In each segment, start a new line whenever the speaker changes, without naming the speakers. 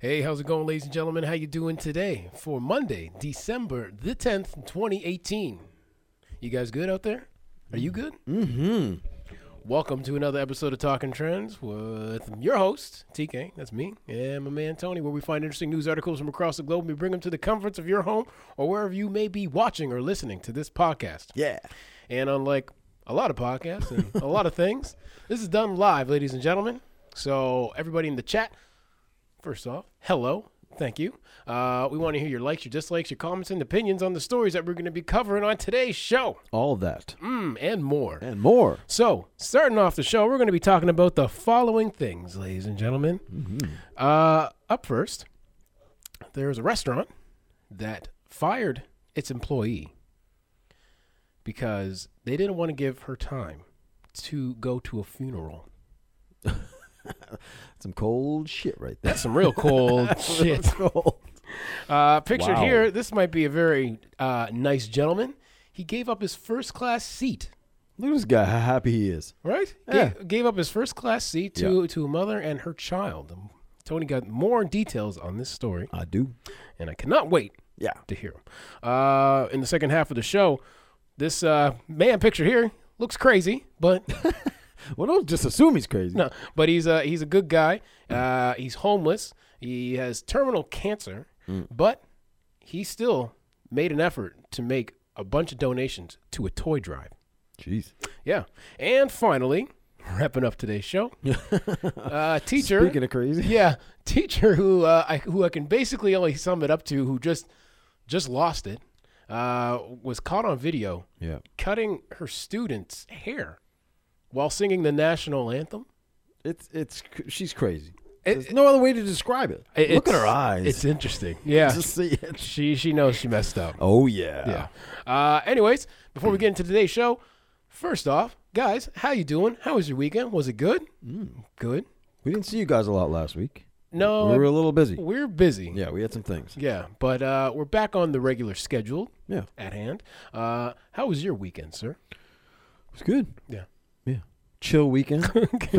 Hey, how's it going, ladies and gentlemen? How you doing today for Monday, December the tenth, twenty eighteen? You guys good out there? Are you good?
Mm-hmm.
Welcome to another episode of Talking Trends with your host TK. That's me and my man Tony, where we find interesting news articles from across the globe. and We bring them to the comforts of your home or wherever you may be watching or listening to this podcast.
Yeah.
And unlike a lot of podcasts and a lot of things, this is done live, ladies and gentlemen. So everybody in the chat, first off, hello. Thank you. Uh, we want to hear your likes, your dislikes, your comments, and opinions on the stories that we're going to be covering on today's show,
All that
mm, and more.
and more.
So, starting off the show, we're going to be talking about the following things, ladies and gentlemen.
Mm-hmm.
Uh, up first, there's a restaurant that fired its employee because they didn't want to give her time to go to a funeral.
Some cold shit right there.
That's some real cold shit.
cold.
Uh, pictured
Wow.
here, this might be a very uh, nice gentleman. He gave up his first class seat.
Look at this guy, how happy he is.
Right?
Yeah.
Gave, gave up his first class seat to, to a mother and her child. Um, Tony got more details on this story,
I do.
and I cannot wait
Yeah.
to hear them. Uh, in the second half of the show, this uh, man picture here looks crazy, but
Well, don't just assume he's crazy.
no, but he's a, he's a good guy. Uh, he's homeless. He has terminal cancer,
Hmm.
but he still made an effort to make a bunch of donations to a toy drive.
Jeez.
Yeah. And finally, wrapping up today's show, uh, teacher.
Speaking of crazy.
yeah, teacher who uh, I, who I can basically only sum it up to, who just just lost it, uh, was caught on video
Yeah.
cutting her students' hair while singing the national anthem.
It's it's cr- she's crazy.
It-
There's no other way to describe it.
It-
Look at
it's-
her eyes.
It's interesting. Yeah,
just see it.
she she knows she messed up.
Oh yeah.
Yeah. Uh, anyways, before we get into today's show, first off, guys, how you doing? How was your weekend? Was it good? Good.
We didn't see you guys a lot last week.
No,
we
I-
were a little busy.
We're busy. Yeah,
Yeah, we had some things.
but uh, we're back on the regular schedule
Yeah.
at hand. Uh, how was your weekend, sir?
It was good.
Yeah.
Yeah. Chill weekend.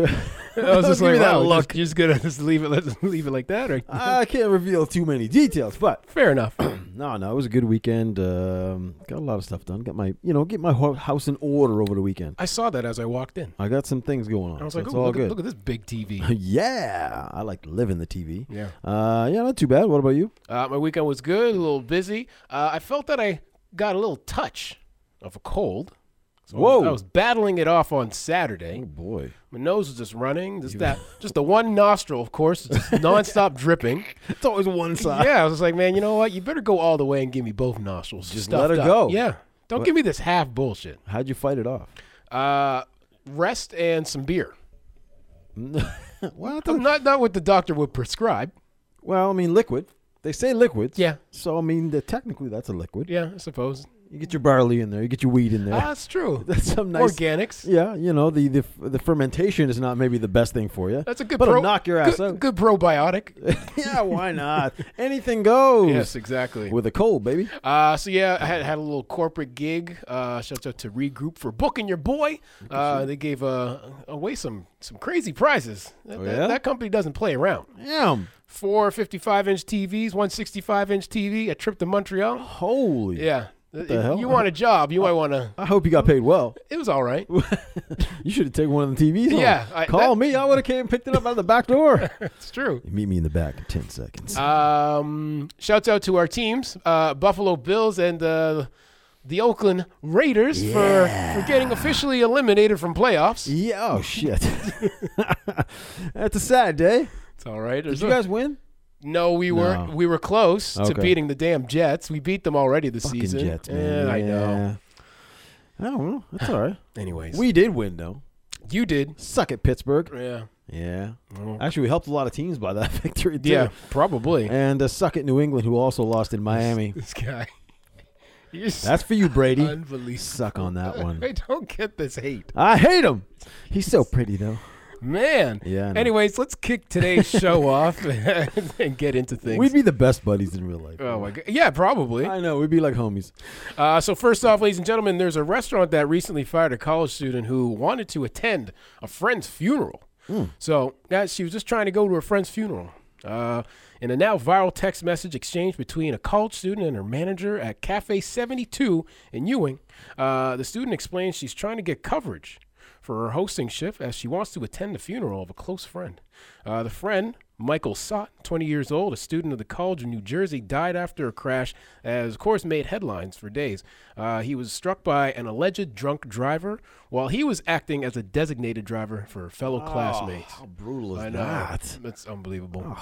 I was
just Give me like, that wow,
look. Uh,
look.
Just, gonna just leave it, let's leave it like that. Or,
I can't reveal too many details, but
fair enough.
No, no, it was a good weekend. Um, got a lot of stuff done. Got my, you know, get my ho- house in order over the weekend.
I saw that as I walked in.
I got some things going on.
I was
so
like,
it's
"Ooh,
all
look, at,
good.
look at this big TV.
yeah, I like to live in the TV.
yeah.
Uh, yeah, not too bad. What about you?
Uh, my weekend was good. A little busy. Uh, I felt that I got a little touch of a cold. So I was-
Whoa.
I was battling it off on Saturday.
boy,
My nose was just running. Just that. Just the one nostril, of course, just nonstop dripping.
it's always one side.
yeah, I was like, man, you know what? You better go all the way and give me both nostrils.
Just
stuffed
let her
up."
go.
Yeah. Don't give me this half bullshit.
How'd you fight it off?
Uh, rest and some beer.
what? The?
Not not what the doctor would prescribe.
Well, I mean, liquid. They say liquids.
Yeah.
So I mean, that technically that's a liquid.
Yeah, I suppose. Ah,
You get your barley in there. You get your wheat in there.
That's true.
that's some nice.
Organics.
Yeah, you know the, the the fermentation is not maybe the best thing for you.
That's a good
But
pro-
it'll knock your ass
good,
out.
good probiotic.
yeah, why not? Anything goes.
yes, exactly.
With a cold, baby.
Uh, so yeah, I had had a little corporate gig. Uh, shout out to Regroup for booking your boy. Uh, they gave uh, away some some crazy prizes. That,
Oh,
that-
yeah?
that company doesn't play around.
Damn.
Four 55 inch TVs, one 65 inch TV, a trip to Montreal.
Holy.
Yeah, If
hell?
you want a job? You might want to.
I hope you got paid well.
It was all right.
You should have taken one of the TVs. home.
Yeah, I-
Call
that-
me. I would have came and picked it up out of the back door.
It's true.
you meet me in the back in 10 seconds.
Um, shouts out to our teams, uh, Buffalo Bills and uh, the Oakland Raiders for, for getting officially eliminated from playoffs.
yeah. Oh, shit. That's a sad day.
It's all right.
Did you guys win?
no, we were
No.
we were close to
Okay.
beating the damn Jets. We beat them already this
Fucking
season.
Jets, man.
Yeah, I know.
Yeah. I don't know. That's all right.
Anyways,
We did win, though.
you did.
Suck it, Pittsburgh.
Yeah.
Yeah.
Well,
Actually, we helped a lot of teams by that victory, too.
yeah, probably.
And uh, suck it, New England, who also lost in Miami.
This guy. You're s-
That's for you, Brady.
unbelievable.
Suck on that one.
I don't get this hate.
I hate him. He's so pretty though.
Man.
Yeah. I know.
Anyways, let's kick today's show off and get into things.
we'd be the best buddies in real life.
Oh my god! Yeah, probably.
I know. We'd be like homies.
Uh, so first off, ladies and gentlemen, there's a restaurant that recently fired a college student who wanted to attend a friend's funeral. So that she was just trying to go to a friend's funeral. Uh, in a now viral text message exchange between a college student and her manager at Cafe 72 in Ewing. Uh, the student explains she's trying to get coverage for her hosting shift as she wants to attend the funeral of a close friend. Uh, the friend, Michael Sott, 20 years old, a student of the College of New Jersey, died after a crash that has, of course, made headlines for days. Uh, he was struck by an alleged drunk driver while he was acting as a designated driver for fellow classmates.
Oh, How brutal is
Oh, I know.
that?
That's unbelievable.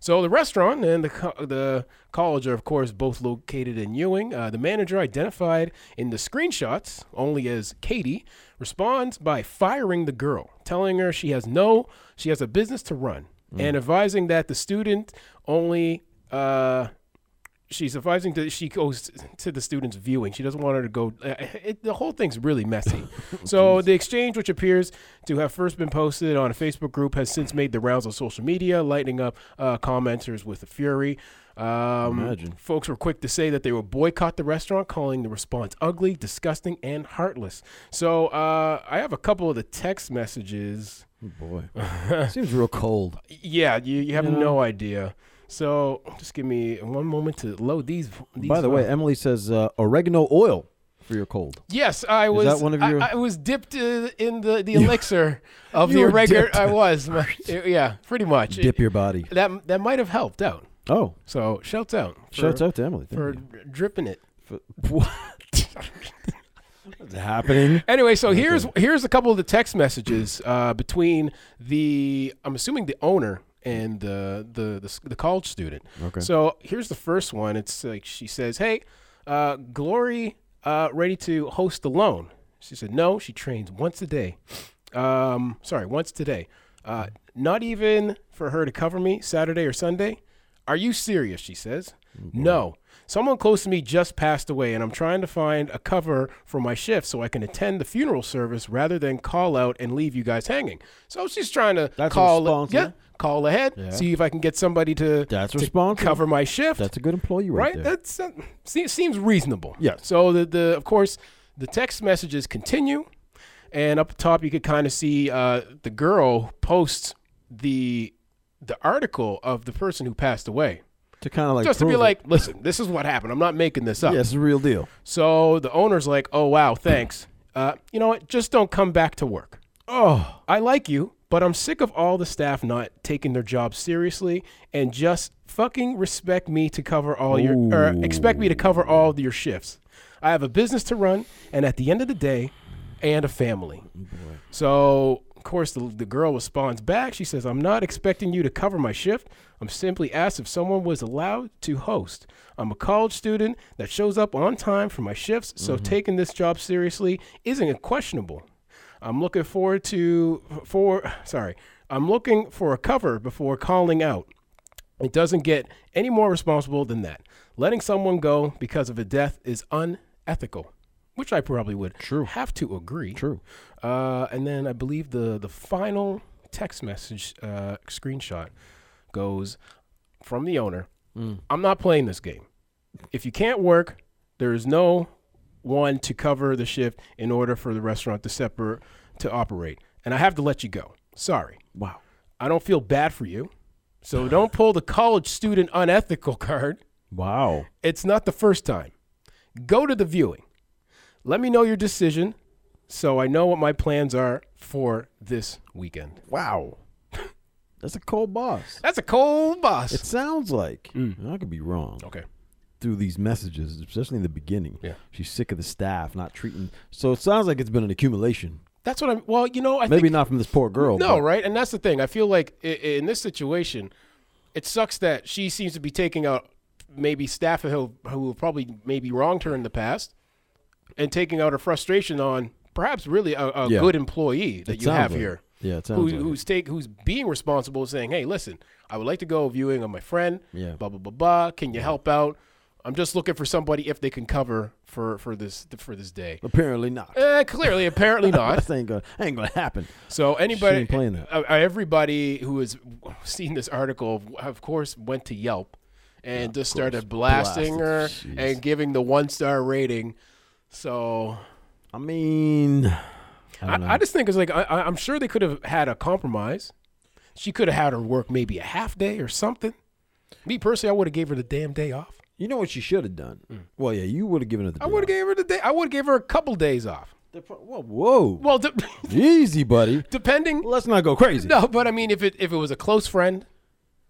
So the restaurant and the co- the college are of course both located in Ewing. Uh, the manager identified in the screenshots only as Katie responds by firing the girl, telling her she has no she has a business to run, and advising that the student only. Uh, She's advising that she goes to the students' viewing. She doesn't want her to go. uh, It, the whole thing's really messy.
Oh,
so the exchange, which appears to have first been posted on a Facebook group, has since made the rounds on social media, lighting up uh, commenters with a fury. Um,
Imagine.
Folks were quick to say that they would boycott the restaurant, calling the response ugly, disgusting, and heartless. So uh, I have a couple of the text messages.
Oh, boy, seems real cold.
Yeah, you, you have
You know?
no idea. So just give me one moment to load these. these
By the way,
up.
Emily says uh, oregano oil for your cold.
Yes, I was.
that one of
I-
your-
I, was dipped uh, in the, the elixir of
You
the
were
regular.
dipped.
I was. my- yeah, pretty much.
Dip your body.
that that might have helped out.
Oh,
So shouts out. For,
shouts out to Emily. Thank
for
you.
dripping it.
What's happening?
Anyway, so here's here's a couple of the text messages uh, between the I'm assuming the owner and the the the, s- the college student.
Okay.
So here's the first one. It's like she says, "Hey, uh, Glory, uh, ready to host alone?" She said, "No, she trains once a day. Um, sorry, once today. Uh, not even for her to cover me Saturday or Sunday. Are you serious?" She says,
Mm-hmm.
"No." Someone close to me just passed away, and I'm trying to find a cover for my shift so I can attend the funeral service rather than call out and leave you guys hanging. So she's trying to
That's
call,
responsible.
yeah, call ahead,
Yeah.
see if I can get somebody to
That's
to
responsible.
cover my shift,
That's a good employee right,
right?
there.
That's uh, seems, seems reasonable.
Yes.
So the, the of course the text messages continue, and up top you could kind of see uh, the girl posts the the article of the person who passed away,
to kind of like
just to be
prove it.
like, listen, this is what happened. I'm not making this up.
yeah, it's a real deal.
So the owner's like, oh wow, thanks. Uh, you know what? Just don't come back to work.
Oh,
I like you, but I'm sick of all the staff not taking their job seriously and just fucking respect me to cover all your or expect me to cover all your shifts. I have a business to run and at the end of the day and a family. So, of course, the, the girl responds back. She says, I'm not expecting you to cover my shift. I'm simply asked if someone was allowed to host. I'm a college student that shows up on time for my shifts, so taking this job seriously isn't questionable. I'm looking forward to, for, sorry, I'm looking for a cover before calling out. It doesn't get any more responsible than that. Letting someone go because of a death is unethical, which I probably would
True.
have to agree.
true.
Uh, and then I believe the the final text message uh, screenshot goes from the owner. I'm not playing this game. If you can't work, there is no one to cover the shift in order for the restaurant to separate to operate, and I have to let you go. Sorry,
Wow.
I don't feel bad for you. So don't pull the college student unethical card.
Wow.
It's not the first time. Go to the viewing. Let me know your decision so I know what my plans are for this weekend.
Wow. That's a cold boss.
That's a cold boss.
It sounds like
Mm.
and I could be wrong
okay.
through these messages, especially in the beginning.
Oh. Yeah.
she's sick of the staff not treating. So it sounds like it's been an accumulation.
That's what I'm. Well, you know, I
Maybe
think.
not from this poor girl.
No,
but
right? And that's the thing. I feel like i- i- in this situation, it sucks that she seems to be taking out maybe staff who, who probably maybe wronged her in the past and taking out her frustration on perhaps really a, a
Yeah.
good employee that
it
you have
sounds like
here.
it. Yeah, it sounds
who,
like it.
who's take who's being responsible is saying, "Hey, listen, I would like to go viewing on my friend.
Yeah.
Blah blah blah blah. Can you help out? I'm just looking for somebody if they can cover for for this for this day."
Apparently not.
Eh, clearly, apparently not.
That ain't gonna ain't gonna happen.
So anybody,
ain't playing that.
uh, everybody who has seen this article, of course, went to Yelp and just started blasting her
Blasted. Jeez.
and giving the one star rating. So
I mean, I
I,
don't know.
I, just think it's like I, I- I'm sure they could have had a compromise. She could have had her work maybe a half day or something. Me personally, I would have gave her the damn day off.
You know what she should have done? Well, yeah, you would have given her the.
Mm. I would have gave her the day. I would have gave her a couple days off.
whoa, whoa,
Well, de-
easy, buddy.
depending.
Let's not go crazy.
No, but I mean, if it if it was a close friend,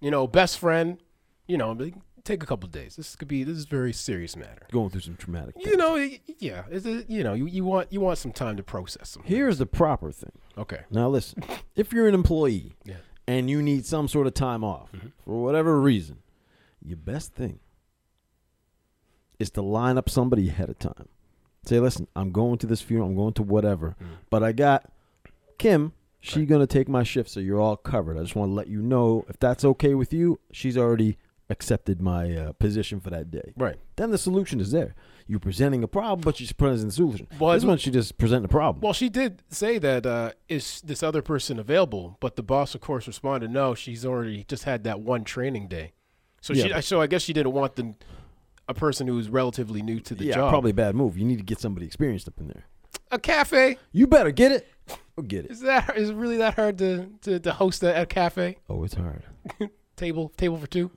you know, best friend, you know, I'd be like, take a couple days. This could be this is a very serious matter.
Going through some traumatic.
You know, y- yeah, it's a, you know, you, you want you want some time to process them.
Here's the proper thing.
Okay.
Now listen, if you're an employee
Yeah.
and you need some sort of time off
Mm-hmm.
for whatever reason, your best thing is to line up somebody ahead of time. Say, listen, I'm going to this funeral, I'm going to whatever,
Mm.
but I got Kim. She's gonna take my shift, so you're all covered. I just want to let you know if that's okay with you. She's already accepted my uh, position for that day.
Right.
Then the solution is there. You're presenting a problem, but she's presenting the solution.
Well,
this
I-
one, she just present the problem.
Well, she did say that uh, is this other person available, but the boss, of course, responded, "No, she's already just had that one training day." So
Yeah,
she, so I guess she didn't want the a person who was relatively new to the
yeah,
job.
probably a bad move. You need to get somebody experienced up in there.
a cafe.
You better get it or get it.
Is that is it really that hard to to, to host a, a cafe
Oh, it's hard.
table table for two?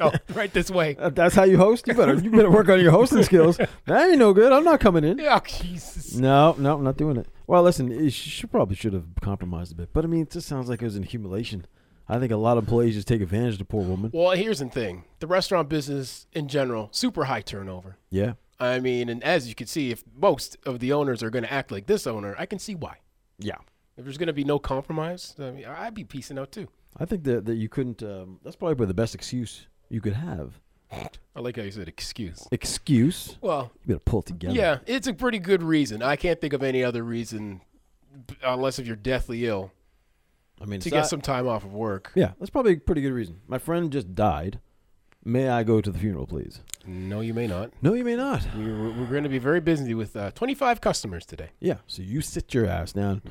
oh, right this way.
Uh, That's how you host. You better you better work on your hosting skills. That ain't no good. I'm not coming in.
Oh, Jesus.
No, no, I'm not doing it. Well, listen, it- she she probably should have compromised a bit, but I mean, it just sounds like it was an accumulation. I think a lot of employees just take advantage of the poor woman.
Well, here's the thing: the restaurant business in general, super high turnover.
Yeah,
I mean, and as you can see, if most of the owners are going to act like this owner, I can see why.
yeah.
If there's going to be no compromise, I mean, I'd be piecing out too.
I think that that you couldn't. Um, that's probably the best excuse you could have.
I like how you said excuse.
Excuse.
Well,
You better pull it together.
yeah, it's a pretty good reason. I can't think of any other reason, b- unless if you're deathly ill,
I mean,
to
it's
get
not-
some time off of work.
Yeah, that's probably a pretty good reason. My friend just died. May I go to the funeral, please?
No, you may not.
No, you may not.
We, we're we're going to be very busy with uh, 25 customers today.
Yeah. So you sit your ass down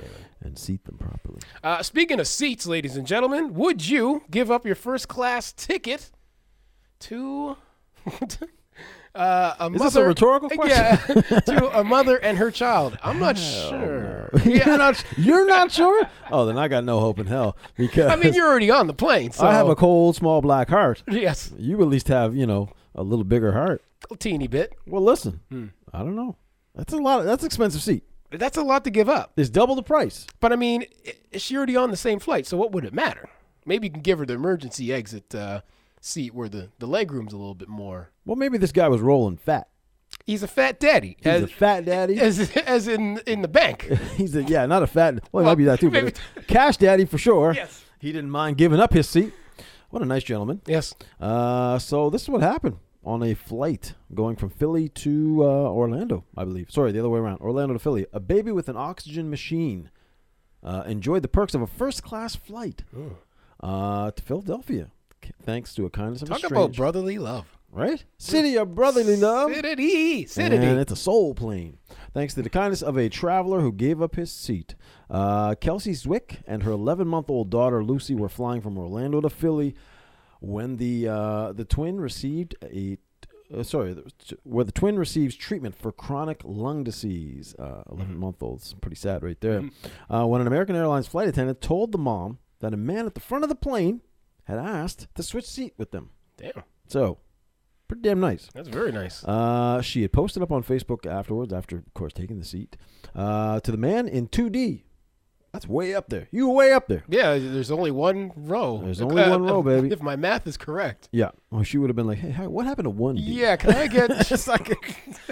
and seat them properly.
Uh, speaking of seats, ladies and gentlemen, would you give up your first class ticket to uh, a
Is
mother?
this a rhetorical question?
yeah, to a mother and her child. I'm not sure.
you're,
Yeah,
not, you're not sure? Oh, then I got no hope in hell because
I mean, you're already on the plane. So
I have a cold, small black heart.
yes,
You at least have, you know, a little bigger heart.
a teeny bit.
Well, listen,
Hmm.
I don't know. That's a lot. Of, that's expensive seat.
That's a lot to give up.
It's double the price.
But I mean, i- she already on the same flight, so what would it matter? Maybe you can give her the emergency exit uh, seat where the the leg room's a little bit more.
Well, maybe this guy was rolling fat.
He's a fat daddy.
He's
as,
a fat daddy.
as as in in the bank.
He's a yeah, not a fat. Well, he might be that too,
maybe-
but a cash daddy for sure.
Yes.
he didn't mind giving up his seat. What a nice gentleman.
yes.
Uh, so this is what happened on a flight going from Philly to uh, Orlando, I believe. Sorry, the other way around. Orlando to Philly. A baby with an oxygen machine uh, enjoyed the perks of a first-class flight uh, to Philadelphia, c- thanks to a kindness of a
Talk about
strange.
brotherly love.
right? City of brotherly love.
Sidity,
And
sidity.
it's a soul plane. Thanks to the kindness of a traveler who gave up his seat. Uh, Kelsey Zwick and her 11 month old daughter Lucy were flying from Orlando to Philly when the, uh, the twin received a. Uh, sorry, there was t- where the twin receives treatment for chronic lung disease. 11 month old. It's pretty sad right there. Uh, when an American Airlines flight attendant told the mom that a man at the front of the plane had asked to switch seat with them.
Damn,
So, pretty damn nice.
that's very nice.
Uh, she had posted up on Facebook afterwards, after, of course, taking the seat, uh, to the man in 2D. That's way up there. You were way up there.
yeah, there's only one row.
There's only one row,
if-
baby.
If my math is correct.
Yeah. Well, she would have been like, hey, hi, what happened to 1D?
Yeah, can I get?
It's like,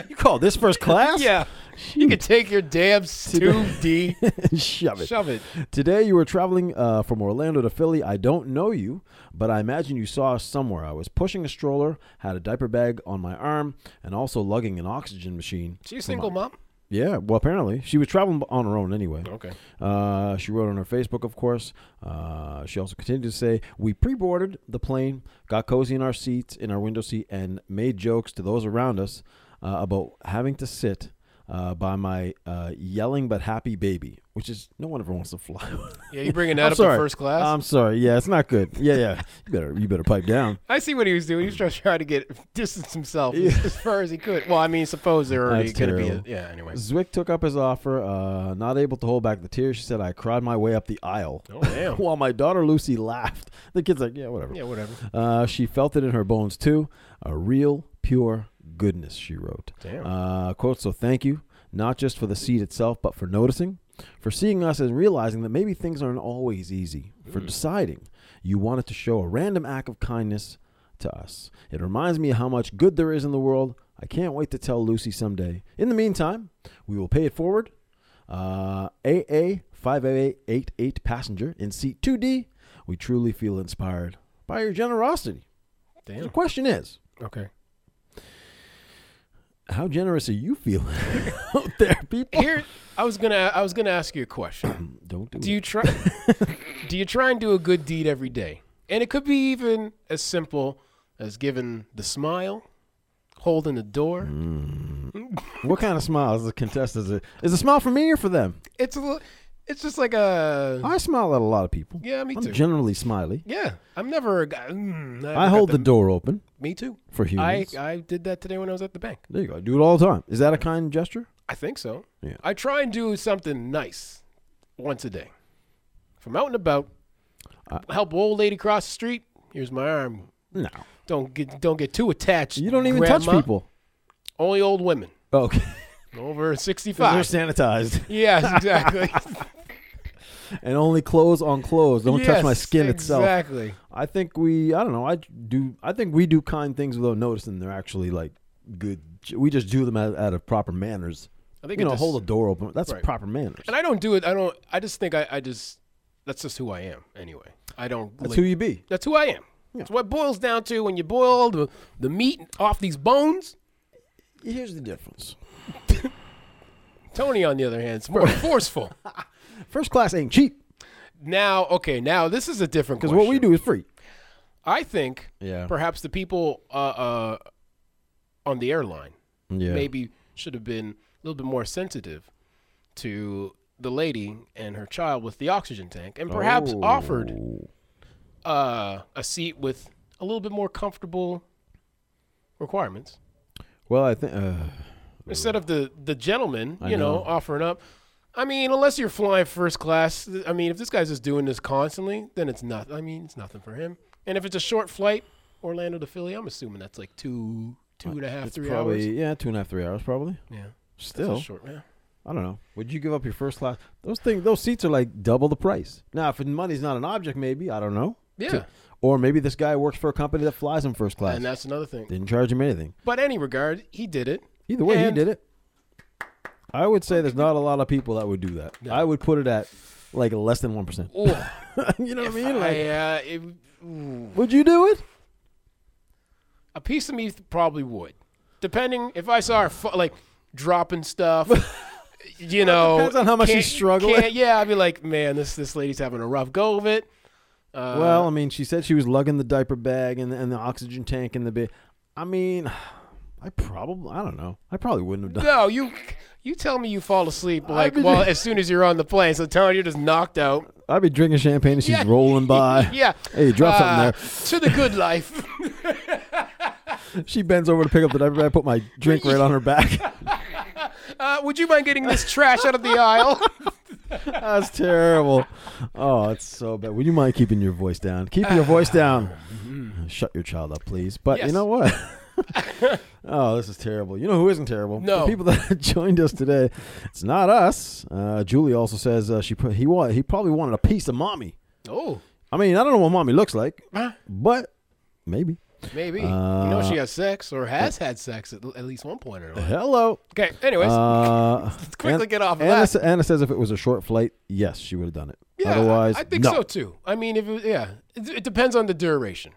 you call this first class?
yeah, you can take your damn two D.
Shove it.
Shove it.
Today you were traveling uh, from Orlando to Philly. I don't know you, but I imagine you saw us somewhere. I was pushing a stroller, had a diaper bag on my arm, and also lugging an oxygen machine.
She's a single mom.
Yeah, well, apparently she was traveling on her own anyway.
Okay.
Uh, she wrote on her Facebook, of course. Uh, she also continued to say, "We pre-boarded the plane, got cozy in our seats, in our window seat, and made jokes to those around us uh, about having to sit uh, by my uh, yelling but happy baby, which is no one ever wants to fly.
Yeah, you bringing that
I'm
up
sorry.
in first class?
I'm sorry. Yeah, it's not good. Yeah, yeah. You better you better pipe down.
I see what he was doing. He was just trying to get distance himself
Yeah.
as, as far as he could. Well, I mean, suppose they're already
That's
going to be.
terrible.
yeah. Anyway.
Zwick took up his offer, uh, not able to hold back the tears. She said, "I cried my way up the aisle."
Oh damn.
While my daughter Lucy laughed, the kid's like, "Yeah, whatever."
yeah. Whatever.
Uh, she felt it in her bones too. A real, pure goodness, she wrote.
Damn.
Uh, quote, so thank you, not just for the seed itself, but for noticing, for seeing us and realizing that maybe things aren't always easy, for deciding you wanted to show a random act of kindness to us. It reminds me of how much good there is in the world. I can't wait to tell Lucy someday. In the meantime, we will pay it forward. Uh, AA 58888 passenger in seat 2D. We truly feel inspired by your generosity. The
damn.
question is,
Okay.
how generous are you feeling out there, people?
Here, I was gonna. I was gonna ask you a question.
Don't do,
Do
it.
you try? do you try and do a good deed every day? And it could be even as simple as giving the smile, holding the door.
Mm. What kind of smile is the contest? Is it is a smile for me or for them?
It's a. li- It's just like a.
I smile at a lot of people.
yeah, me
I'm
too.
generally smiley.
yeah, I'm never a guy. Mm,
I hold the door open
Me too.
for
I,
humans.
I did that today when I was at the bank.
there you go. I do it all the time. Is that a kind gesture?
I think so.
Yeah.
I try and do something nice once a day. If I'm out and about,
I-
help old lady cross the street. Here's my arm.
No.
Don't get don't get too attached.
You don't even touch
grandma.
people.
Only old women
Okay.
over
'Cause
65.
They're sanitized
Yes, exactly.
and only clothes on clothes. Don't touch my
Yes,
skin itself.
Exactly.
I think we. I don't know. I do. I think we do kind things without noticing they're actually like good. We just do them out, out of proper manners.
I think it
you know,
just-
hold a door open. That's
Right.
proper manners.
And I don't do it. I don't. I just think I, I just. That's just who I am. Anyway, I don't.
That's
like-
who you be.
That's who I am.
Yeah.
It's what it boils down to when you boil the, the meat off these bones.
Here's the difference.
Tony, on the other hand, is more forceful.
First class ain't cheap
Now, okay, now this is a different
because
question.
what we do is free.
I think
Yeah.
perhaps the people uh, uh, on the airline
Yeah.
maybe should have been a little bit more sensitive to the lady and her child with the oxygen tank and perhaps
Oh.
offered uh, a seat with a little bit more comfortable requirements.
Well, I think. Uh,
instead of the the gentleman,
I
you know,
know.
offering up. I mean, unless you're flying first class, th- I mean, if this guy's just doing this constantly, then it's not. I mean, it's nothing for him. And if it's a short flight, Orlando to Philly, I'm assuming that's like two, two and a half,
it's
three
probably
hours.
yeah, two and a half, three hours probably.
Yeah, that's a
Still,
short. Yeah,
I don't know. Would you give up your first class? Those things, those seats are like double the price. Now, if money's not an object, maybe I don't know.
yeah.
Two- Or maybe this guy works for a company that flies him first class.
and that's another thing.
Didn't charge him anything.
But any regard, he did it.
Either way, he
And-
did it. I would say there's not a lot of people that would do that.
No.
I would put it at like less than one percent.
Ooh,
you know what I mean? Like,
I, uh, it, ooh.
would you do it?
A piece of me th- probably would, depending if I saw her fu- like dropping stuff. You know,
depends on how much she's
can't-
struggling.
can't- yeah, I'd be like, man, this this lady's having a rough go of it. Uh,
well, I mean, she said she was lugging the diaper bag and the, and the oxygen tank and the bit. I mean, I probably, I don't know. I probably wouldn't have done.
no, you you tell me you fall asleep like
been-
well as soon as you're on the plane. So telling you're just knocked out.
I'd be drinking champagne and she's
Yeah.
rolling by.
Yeah.
Hey, drop something
Uh,
there.
To the good life.
She bends over to pick up the diaper bag. I put my drink right on her back.
Uh, would you mind getting this trash out of the aisle?
That's terrible. Oh, it's so bad. Would you mind keeping your voice down? Keep your voice down. Shut your child up, please. But you
Mm-hmm. Yes.
know what? oh, this is terrible. You know who isn't terrible?
No.
the people that joined us today. It's not us. Uh, Julie also says uh, she pro- he wa- he probably wanted a piece of mommy.
oh,
I mean, I don't know what mommy looks like,
Huh?
but maybe.
maybe. you know
Uh,
she has sex or has had sex at, at least one point or another.
Hello.
Okay. Anyways,
Uh,
quickly
An-
get off of
Anna,
that.
sa- Anna says if it was a short flight, yes, she would have done it.
Yeah, I-
Otherwise,
I, think
no.
so too. I mean, if it, yeah, it, it depends on the duration.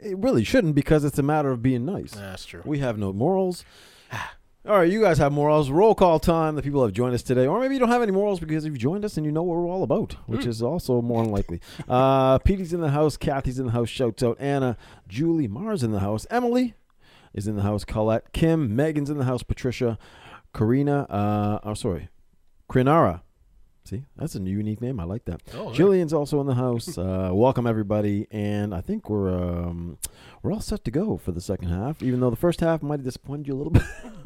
It really shouldn't because it's a matter of being nice.
That's true.
We have no morals. All right, you guys have morals. Roll call time. The people who have joined us today, or maybe you don't have any morals because you've joined us and you know what we're all about, which is also more than likely. Uh, Petey's in the house. Kathy's in the house. Shouts out Anna. Julie Mars in the house. Emily is in the house. Colette. Kim. Megan's in the house. Patricia. Karina, uh, oh, sorry, Krinara. See, that's a unique name. I like that.
Oh, yeah.
Jillian's also in the house. Uh, welcome everybody, and I think we're um, we're all set to go for the second half. Even though the first half might have disappointed you a little bit,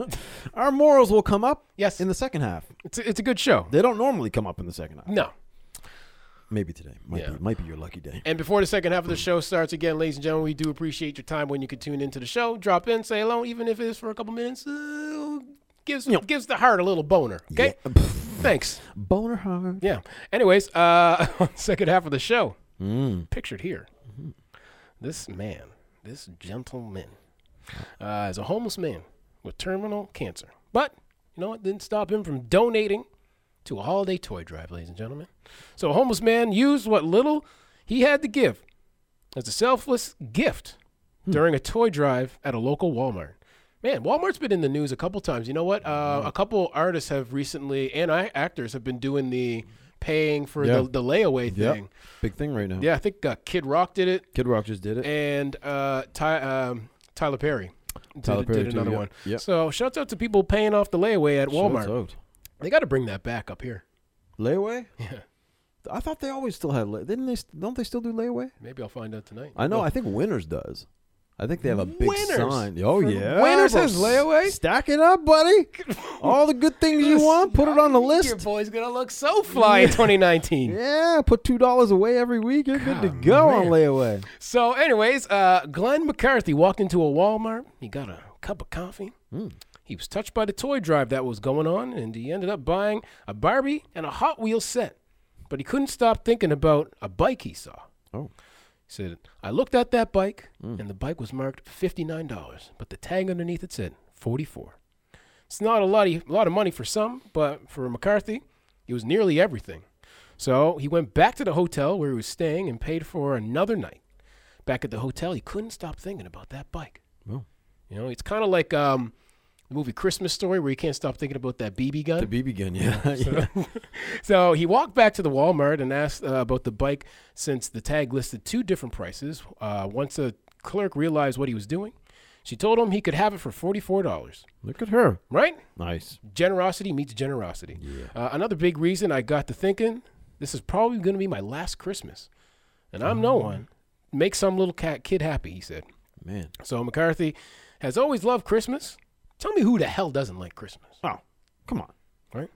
our morals will come up
yes,
in the second half.
it's a, it's a good show.
They don't normally come up in the second half.
No.
Maybe today. Might
Yeah.
be might be your lucky day.
And before the second half of the show starts, again, ladies and gentlemen, we do appreciate your time when you could tune into the show. Drop in, say hello, even if it is for a couple minutes. Uh, gives
Yeah.
gives the heart a little boner. Okay,
Yeah.
thanks.
Boner hard.
Yeah. Anyways, uh, second half of the show,
Mm.
pictured here, this man, this gentleman, uh, is a homeless man with terminal cancer. But you know what? Didn't stop him from donating to a holiday toy drive, ladies and gentlemen. So a homeless man used what little he had to give as a selfless gift
Hmm.
during a toy drive at a local Walmart. Man, Walmart's been in the news a couple times. You know what?
Hmm.
Uh, a couple artists have recently, and I, actors have been doing the paying for
Yeah.
the, the layaway
Yep.
thing.
Big thing right now.
Yeah, I think uh, Kid Rock did it,
Kid Rock just did it.
and uh, Ty, um, Tyler Perry did,
Tyler Perry
did
too,
another
yeah.
one.
Yeah.
So, shouts out to people paying off the layaway at Walmart.
Shouts out.
They got to bring that back up here.
Layaway?
Yeah,
I thought they always still had. Lay- didn't they? st- Don't they still do layaway?
maybe I'll find out tonight.
I know.
Well,
I think Winners does. I think they have a big
Winners?
sign. Oh
For
yeah,
Winners
bro.
has layaway?
Stack it up, buddy. All the good things you want, put it on the
Your
list.
boy's gonna look so fly in 2019.
Yeah, put two dollars away every week. You're good to
God,
go on
man.
layaway.
So, anyways, uh, Glenn McCarthy walked into a Walmart. He got a cup of coffee.
Hmm.
He was touched by the toy drive that was going on, and he ended up buying a Barbie and a Hot Wheels set. But he couldn't stop thinking about a bike he saw.
Oh.
He said, I looked at that bike, and the bike was marked $59, but the tag underneath it said 44 It's not a lot, of, a lot of money for some, but for McCarthy, it was nearly everything. So he went back to the hotel where he was staying and paid for another night. Back at the hotel, he couldn't stop thinking about that bike.
Well.
You know, it's kind of like um, the movie Christmas Story where you can't stop thinking about that BB gun.
The BB gun, yeah. yeah.
So he walked back to the Walmart and asked uh, about the bike since the tag listed two different prices. Uh, once a clerk realized what he was doing, she told him he could have it for $44,
Look at her.
right?
Nice.
Generosity meets generosity.
Yeah.
Uh, another big reason I got to thinking this is probably going to be my last Christmas. And I'm no one. Make some little cat kid happy, he said.
Man.
So McCarthy has always loved Christmas. Tell me who the hell doesn't like Christmas?
Oh, come on.
right?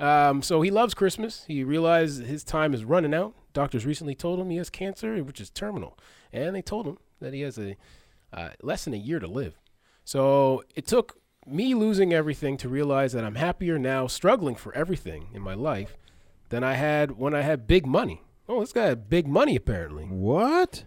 Um, so he loves Christmas. He realized his time is running out. Doctors recently told him he has cancer, which is terminal, and they told him that he has a uh, less than a year to live. So it took me losing everything to realize that I'm happier now, struggling for everything in my life, than I had when I had big money. Oh, this guy had big money apparently.
What?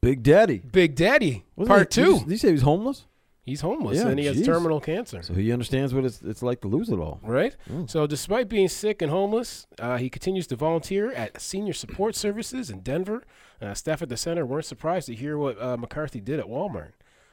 Big Daddy.
Big Daddy,
Wasn't
part
he-
two.
Did you say he was homeless?
He's homeless
Yeah,
and he
jeez.
has terminal cancer.
So he understands what it's, it's like to lose it all.
right? So, despite being sick and homeless, uh, he continues to volunteer at senior support services in Denver. Uh, staff at the center weren't surprised to hear what uh, McCarthy did at Walmart.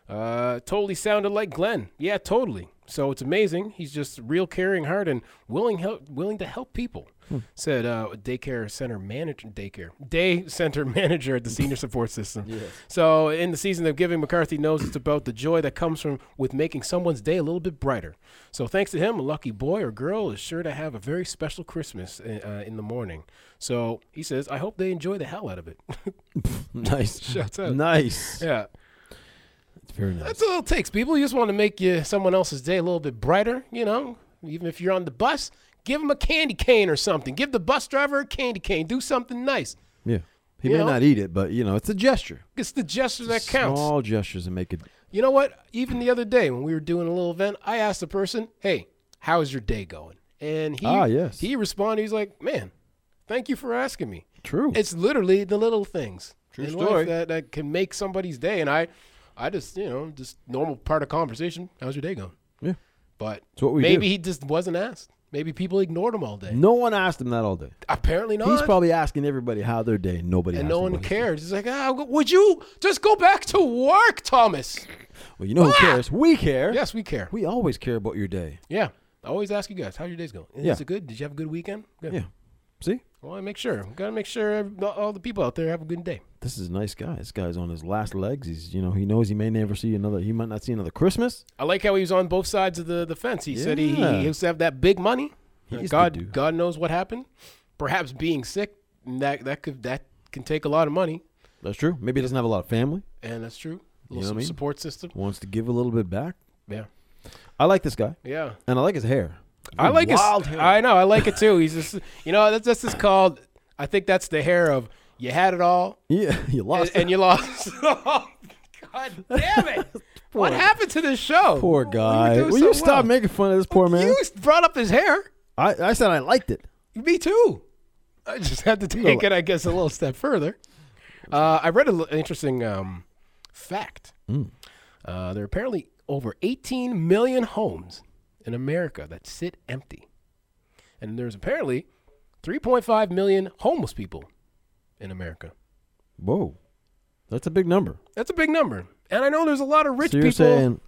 Uh, totally sounded like Glenn. Yeah, totally. So it's amazing. He's just a real caring heart and willing help, willing to help people. Said uh, daycare center manager, daycare day center manager at the senior support system. So in the season of giving, McCarthy knows it's about the joy that comes from with making someone's day a little bit brighter. So thanks to him, a lucky boy or girl is sure to have a very special Christmas uh, in the morning. So he says, I hope they enjoy the hell out of it.
nice.
Shouts out.
Nice.
yeah,
It's very nice.
that's all it takes, people. You just want to make you, someone else's day a little bit brighter, you know. Even if you're on the bus, give them a candy cane or something. Give the bus driver a candy cane. Do something nice.
Yeah. He
You
may
know?
not eat it, but you know, it's a gesture.
It's the gesture that counts.
Small gestures and make it.
You know what? Even the other day when we were doing a little event, I asked the person, "Hey, how's your day going?" And he
Ah, yes.
he responded, he's like, "Man, thank you for asking me."
True.
It's literally the little things
True
in
story.
life that, that can make somebody's day. And I, I just you know just normal part of conversation. How's your day going?
Yeah.
But
It's what we
maybe
do.
he just wasn't asked. Maybe people ignored him all day.
No one asked him that all day.
Apparently not.
He's probably asking everybody how their day. Nobody
and
asked
no
him
one
what his-
cares. He's like, ah, would you just go back to work, Thomas?
Well, you know who cares? We care.
Yes, we care.
We always care about your day.
Yeah. I always ask you guys, how your days going? Is
Yeah.
it good? Did you have a good weekend? Good.
Yeah. See,
Well, I make sure. Gotta make sure ev- all the people out there have a good day.
this is a nice guy. This guy's on his last legs. He's you know he knows he may never see another. He might not see another Christmas.
I like how he was on both sides of the, the fence. He said he,
Yeah.
he used to have that big money.
He
Uh,
used to do.
God, God knows what happened. Perhaps being sick and that that could that can take a lot of money,
That's true. Maybe he doesn't have a lot of family.
and that's true. A
You
little
know what I
some
mean?
support system.
Wants to give a little bit back.
Yeah,
I like this guy,
yeah.
and I like his hair.
I like
wild
his.
hair.
I know. I like it too. He's just you know that's that's just called. I think that's the hair of you had it all
yeah, you
and,
lost.
and you lost. Oh, God damn it! what happened to this show?
poor guy.
doing
Will
so
you stop
well.
making fun of this poor man?
You brought up his hair.
I, I said I liked it.
Me too. I just had to take it, I guess, a little step further. Uh, I read a l- an interesting um, fact.
Hmm.
Uh, there are apparently over 18 million homes in America that sit empty. And there's apparently 3.5 million homeless people in America.
Whoa, that's a big number.
That's a big number. And I know there's a lot of rich
So
people.
you're saying,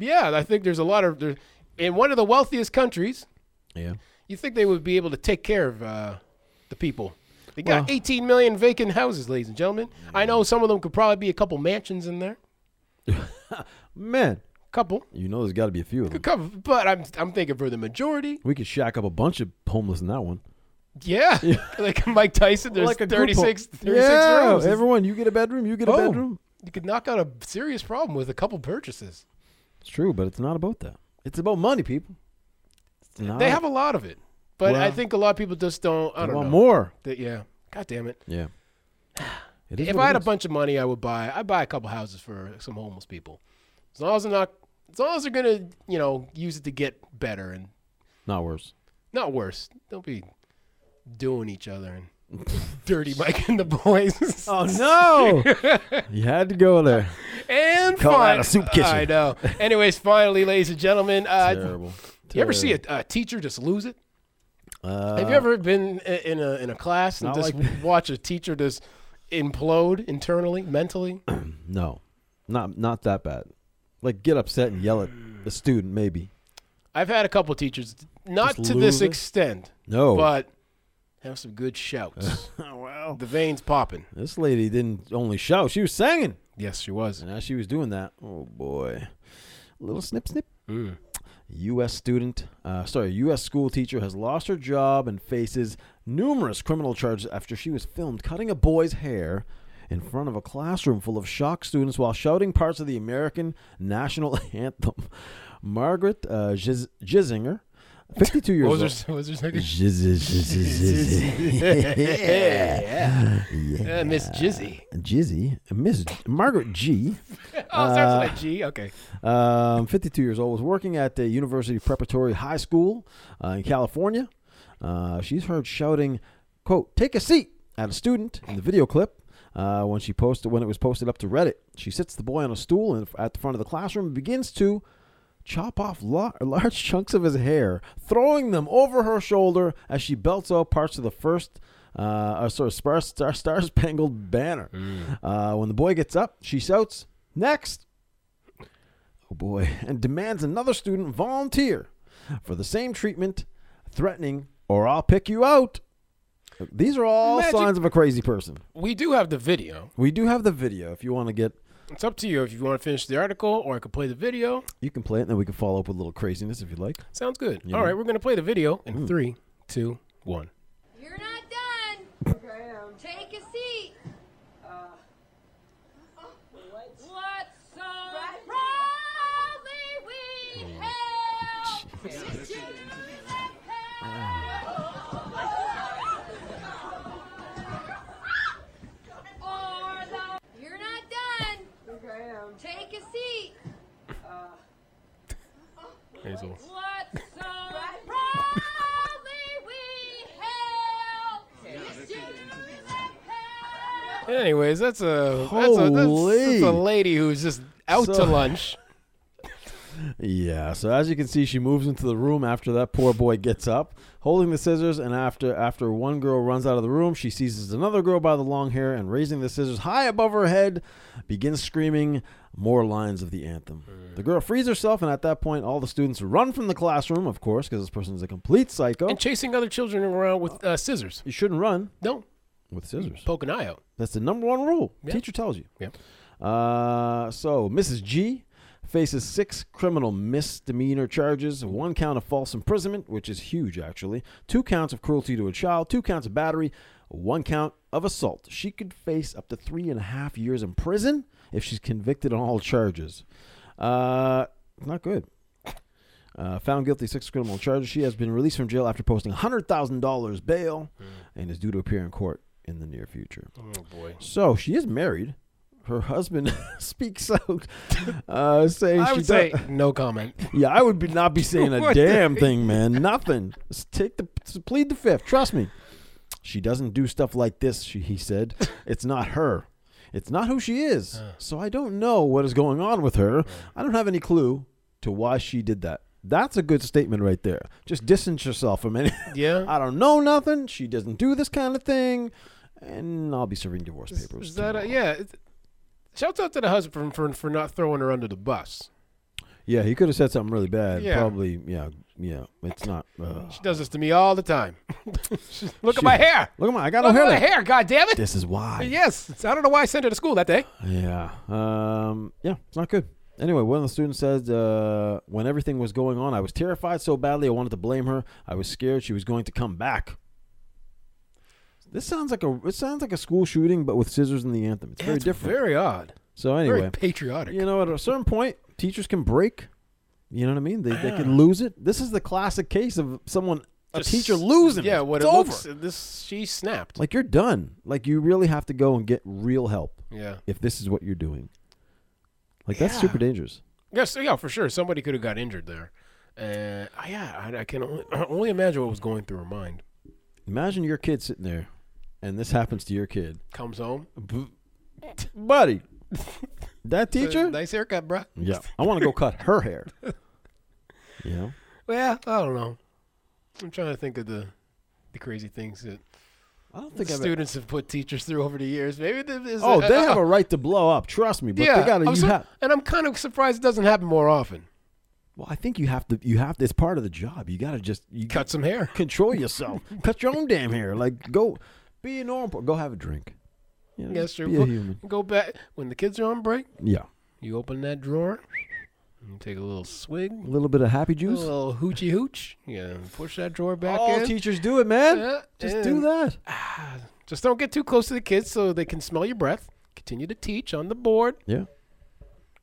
Yeah, I think there's a lot of. There, in one of the wealthiest countries,
yeah.
you think they would be able to take care of uh, the people. They got
Well-
18 million vacant houses, ladies and gentlemen. I know some of them could probably be a couple mansions in there,
Man,
couple,
you know there's got to be a few of
a
them.
couple. But I'm I'm thinking for the majority.
We could shack up a bunch of homeless in that one.
Yeah, like Mike Tyson, there's
Like a group
36,
home.
36
yeah,
rooms.
everyone, you get a bedroom, you get a
Oh.
bedroom.
you could knock out a serious problem with a couple purchases.
It's true, but it's not about that. It's about money, people. It's not.
They have a lot of it, but I
Well-
think a lot of people just don't. I
they
don't
want
know.
more.
That- yeah, god damn it.
Yeah. It is
If
what
I
it
had a
is.
bunch of money, I would buy. I buy a couple houses for some homeless people, as long as they're not. As long as they're gonna, you know, use it to get better and
not worse.
not worse. Don't be doing each other and dirty Mike and the boys.
Oh no! you had to go there.
and
Call
fin-
that a soup kitchen.
I know. Anyways, finally, ladies and gentlemen, uh,
Terrible.
you ever see a, a teacher just lose it?
Uh,
Have you ever been i- in a in a class and
Not
just
like-
watch a teacher just implode internally, mentally?
No, not not that bad. Like get upset and yell at the student, maybe.
I've had a couple teachers, not
Just
to this
lose it?
extent.
No.
but have some good shouts.
well,
the veins popping.
this lady didn't only shout; she was singing.
Yes, she was.
And as she was doing that, oh boy, little snip snip.
Mm.
U.S. student, uh, sorry, U.S. school teacher has lost her job and faces numerous criminal charges after she was filmed cutting a boy's hair in front of a classroom full of shocked students while shouting parts of the American national anthem. Margaret uh, Giz- Gizinger, 52 years
What
old.
was her, what was her second?
Jizz-
yeah. Uh, Miss Jizzy.
Jizzy, Miss Margaret G,
Oh, it starts with a G. Okay.
um, 52 years old, was working at the University Preparatory High School uh, in California. Uh, she's heard shouting, "quote Take a seat" at a student in the video clip uh, when she posted when it was posted up to Reddit. She sits the boy on a stool in, at the front of the classroom and begins to chop off lo- large chunks of his hair, throwing them over her shoulder as she belts out parts of the first. Uh, or sort of star, star, star spangled banner. Uh, when the boy gets up, she shouts, "Next!" Oh boy, and demands another student volunteer for the same treatment, threatening, or I'll pick you out. These are all
Magic-
signs of a crazy person.
We do have the video.
We do have the video if you want to get.
It's up to you if you want to finish the article or I could play the video.
You can play it, and then we can follow up with a little craziness if you'd like.
Sounds good.
Yeah.
All right, we're going to play the video in three, two, one.
You're not done.
Okay, um,
Take a seat.
Uh, what?
What's so proudly we hail? This year's apparel. Or the- You're not done.
Okay, um,
Take a seat.
Hazel.
What's so proudly we hail? This year's apparel.
Anyways, that's a, that's a, that's, that's a
Holy.
lady who's just out to
So-
lunch.
Yeah. So as you can see, she moves into the room after that poor boy gets up, holding the scissors. And after after one girl runs out of the room, she seizes another girl by the long hair and raising the scissors high above her head, begins screaming more lines of the anthem. The girl frees herself, and at that point, all the students run from the classroom, of course, because this person is a complete psycho.
And chasing other children around with uh, scissors.
You shouldn't run
Don't
with scissors.
poke an eye out.
That's the number one rule.
Yeah.
Teacher tells you.
Yeah.
Uh, so Mrs. G faces six criminal misdemeanor charges, one count of false imprisonment, which is huge actually, two counts of cruelty to a child, two counts of battery, one count of assault. She could face up to three and a half years in prison if she's convicted on all charges. Uh, not good. Uh, found guilty of six criminal charges. She has been released from jail after posting $100,000 bail
Hmm.
and is due to appear in court in the near future.
Oh boy.
So she is married. Her husband speaks out, uh, saying
I
she
would say
don't-
no comment.
Yeah, I would be not be saying a
What
damn thing, man. Nothing. Just take the just plead the fifth. Trust me. She doesn't do stuff like this. She, he said, "It's not her. It's not who she is. So I don't know what is going on with her. I don't have any clue to why she did that." That's a good statement right there.
Mm-hmm.
Just distance yourself from any.
Yeah.
I don't know nothing. She doesn't do this kind of thing, and I'll be serving divorce
Is,
papers.
is that a,
tomorrow.
yeah? It's, shouts out to the husband for, for for not throwing her under the bus.
Yeah, he could have said something really bad.
Yeah.
Probably, yeah, yeah. It's not. Uh,
She does this to me all the time. She's, Look
She- Oh,
at my hair.
look at my, I got no
Oh, Look at
hair.
my
left.
hair. God damn it.
This is why.
Yes. I don't know why I sent her to school that day.
Yeah. Um, yeah, it's not good. Anyway, one of the students said, uh, when everything was going on, I was terrified so badly I wanted to blame her. I was scared she was going to come back. This sounds like a it sounds like a school shooting, but with scissors in the anthem. It's very
That's
different.
Very odd.
so anyway,
Very patriotic.
You know, at a certain point, teachers can break. You know what I mean? They, they can lose it. This is the classic case of someone, a
Just-
teacher losing.
Yeah.
it.
What
it's
it
over.
looks. This she snapped.
Like you're done. Like you really have to go and get real help
Yeah.
if this is what you're doing. Like that's
Yeah.
super dangerous.
Yes, yeah, for sure. Somebody could have got injured there. And uh, yeah, I, I can only, only imagine what was going through her mind.
Imagine your kid sitting there, and this happens to your kid,
Comes home,
B- buddy. That teacher?
Nice haircut, bruh.
yeah, I want to go cut her hair. Yeah,
Well, I don't know. I'm trying to think of the the crazy things that
I don't think I've. ever-
students have put teachers through over the years. Maybe there is.
Oh,
a-
they have
a-
a right to blow up. Trust me, but
yeah.
they gotta.
I'm
You
sur-
have.
and I'm kind of surprised it doesn't happen more often.
Well, I think you have to. You have. To, it's part of the job. You gotta just. You
Cut some hair.
control yourself. Cut your own damn hair. Like go, be a normal. Go have a drink. You know,
Yes,
just
sir.
Be a
Well,
human.
Go back when the kids are on break.
Yeah,
You open that drawer. You take a little swig.
a little bit of happy
A
juice.
little hoochie hooch. Yeah. Push that drawer back
All
in.
teachers do it, man.
Yeah,
just
and-
do that.
Just don't get too close to the kids so they can smell your breath. Continue to teach on the board.
Yeah.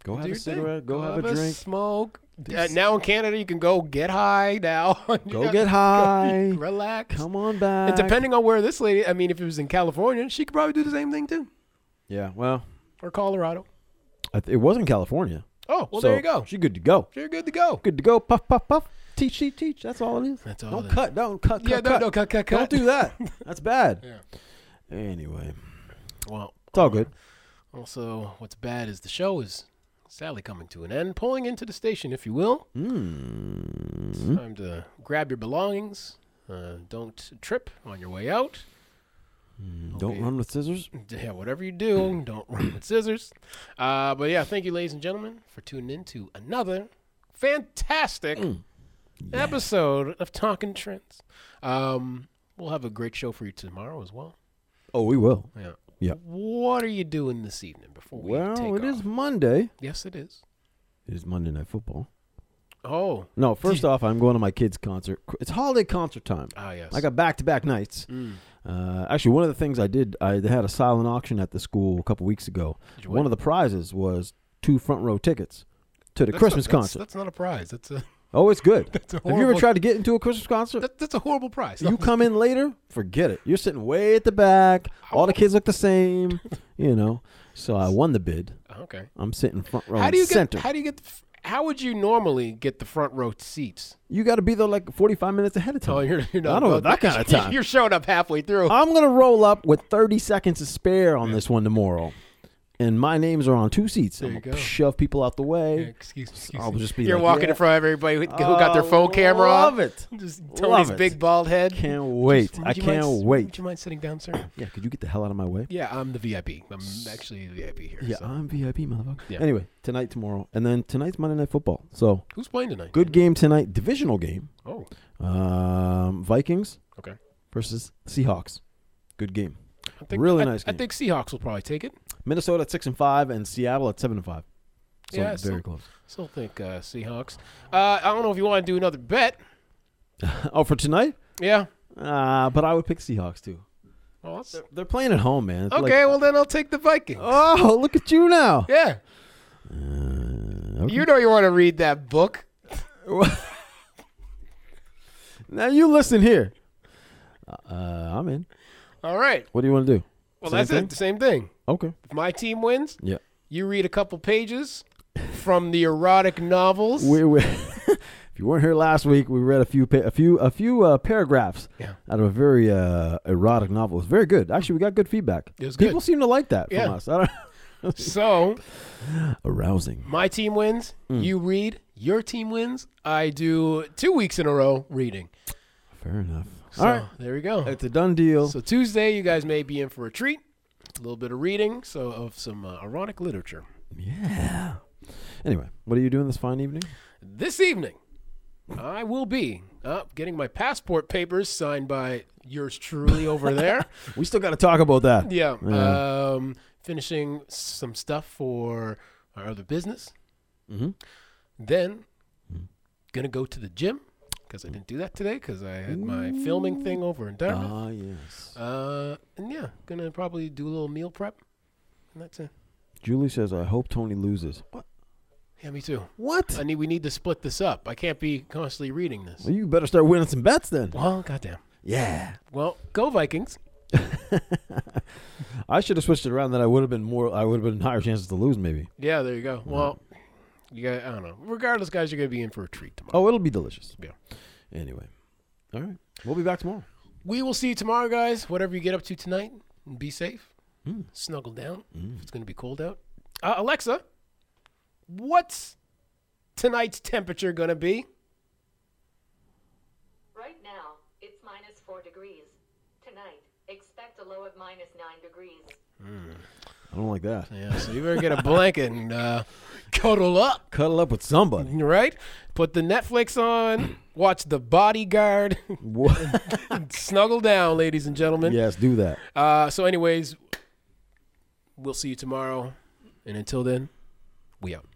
Go
Do
have a
your thing.
cigarette. Go, have, a drink.
Smoke. Uh, now in Canada, you can go get high. Now You
Go
got-
get high.
relax.
Come on back.
And depending on where this lady, I mean, if it was in California, she could probably do the same thing too,
Yeah. Well,
or Colorado.
I th- it was in California.
Oh, well,
so
there you go.
She good to go.
You're good to go.
Good to go. Puff, puff, puff. Teach, teach, teach. That's all it is.
That's all
Don't
it is.
cut. Don't cut.
yeah,
cut,
no,
cut.
no, cut, cut,
Don't
cut.
do that. That's bad.
Yeah.
Anyway,
Well,
it's all good.
also, what's bad is the show is sadly coming to an end, pulling into the station, if you will.
Mm.
It's time to grab your belongings. Uh, don't trip on your way out.
Don't
Okay.
run with scissors.
Yeah, whatever you do, don't run with scissors. Uh, but yeah, thank you, ladies and gentlemen, for tuning in to another fantastic
Mm.
episode of Talking Trends. Um, we'll have a great show for you tomorrow as well.
Oh, we will.
Yeah.
Yeah.
What are you doing this evening before we take
Well, it
off?
is Monday.
Yes, it is.
It is Monday Night Football.
Oh,
No, first off, I'm going to my kids' concert. It's holiday concert time.
ah, yes.
I got back to back nights.
Mm.
Uh, actually, one of the things I did, I they had a silent auction at the school a couple weeks ago.
Did you
One
win?
of the prizes was two front row tickets to the
That's
Christmas
not, that's-
concert.
That's not a prize. That's a
oh, it's good.
a
Have you ever
horrible-
tried to get into a Christmas concert?
that, that's a horrible prize.
you come in later, forget it. You're sitting way at the back. All the kids look the same, you know. So I won the bid.
okay.
I'm sitting front row
How
and
do you
center.
get? How do you get? The, f- how would you normally get the front row seats?
you got to be there like 45 minutes ahead of time.
Oh, you're, you're not
I don't have
about
that kind of time.
You're showing up halfway through.
I'm gonna roll up with 30 seconds to spare on this one tomorrow, and my names are on two seats.
There
I'm
you
gonna
go.
Shove people out the way.
excuse me. Excuse
I'll
me.
just be
You're
like,
walking
yeah.
in front of everybody who, who got their
Oh,
phone camera off.
Love it.
Just Tony's
it.
big bald head.
Can't wait.
Just- would
I
you mind
can't
s-
wait.
Would you mind sitting down, sir?
Yeah, could you get the hell out of my way?
Yeah, I'm the VIP. I'm actually the VIP here.
Yeah,
so.
I'm VIP, motherfucker.
Yeah.
Anyway, tonight, tomorrow, and then tonight's Monday Night Football. So
Who's playing tonight?
good game tonight, divisional game.
Oh,
Um, Vikings
okay.
versus Seahawks. Good game.
I think,
Really
I,
nice
I
game.
think Seahawks will probably take it.
Minnesota at six and five, and Seattle at seven and five. So
Yeah,
very
so-
close.
Still think uh, Seahawks. Uh, I don't know if you want to do another bet.
oh, for tonight,
Yeah.
uh, but I would pick Seahawks too.
Well, that's-
They're playing at home, man. It's like-
okay. well, then I'll take the Vikings.
oh, look at you now.
yeah.
Uh, okay.
You know you want to read that book.
now you listen here. Uh, I'm in.
All right.
What do you want to do?
Well,
Same
that's
thing?
it. The same thing.
Okay.
If my team wins,
Yeah.
you read a couple pages from the erotic novels.
We, we, if you weren't here last week, we read a few pa- a few a few uh, paragraphs
Yeah.
out of a very uh, erotic novel. It's very good. Actually, we got good feedback.
It was
People
good.
seem to like that
Yeah.
from us. I
so
don't, arousing.
my team wins,
Mm.
you read. Your team wins. I do two weeks in a row reading.
Fair enough.
So
All right.
there we go.
It's a done deal.
So Tuesday, you guys may be in for a treat. A little bit of reading, so of some uh, erotic literature.
yeah. Anyway, what are you doing this fine evening?
This evening, I will be uh, getting my passport papers signed by yours truly over there.
We still got to talk about that.
Yeah.
Yeah.
Um, finishing some stuff for our other business.
Mm-hmm.
Then, gonna go to the gym because I didn't do that today because I had my filming thing over in Dartmouth.
Ah, yes.
Uh, and yeah, gonna probably do a little meal prep. And that's it.
Julie says, "I hope Tony loses." What?
Yeah, me too.
What?
I need. We need to split this up. I can't be constantly reading this.
Well, you better start winning some bets then.
Well, goddamn.
Yeah.
Well, go Vikings.
I should have switched it around. That I would have been more. I would have been higher chances to lose. Maybe.
Yeah, there you go. Well, you got. I don't know. Regardless, guys, you're gonna be in for a treat tomorrow.
Oh, it'll be delicious.
Yeah.
Anyway, all right. We'll be back tomorrow.
We will see you tomorrow, guys. Whatever you get up to tonight, be safe.
Mm.
Snuggle down. If it's going to be cold out. Uh, Alexa, what's tonight's temperature going to be?
Right now, it's minus 4 degrees. Tonight, expect a low of minus 9 degrees.
I don't like that.
Yeah, so you better get a blanket and uh, cuddle up,
Cuddle up with somebody.
right? Put the Netflix on, watch The Bodyguard,
What?
and snuggle down, ladies and gentlemen.
yes, do that.
Uh, so, anyways, we'll see you tomorrow. And until then, we out.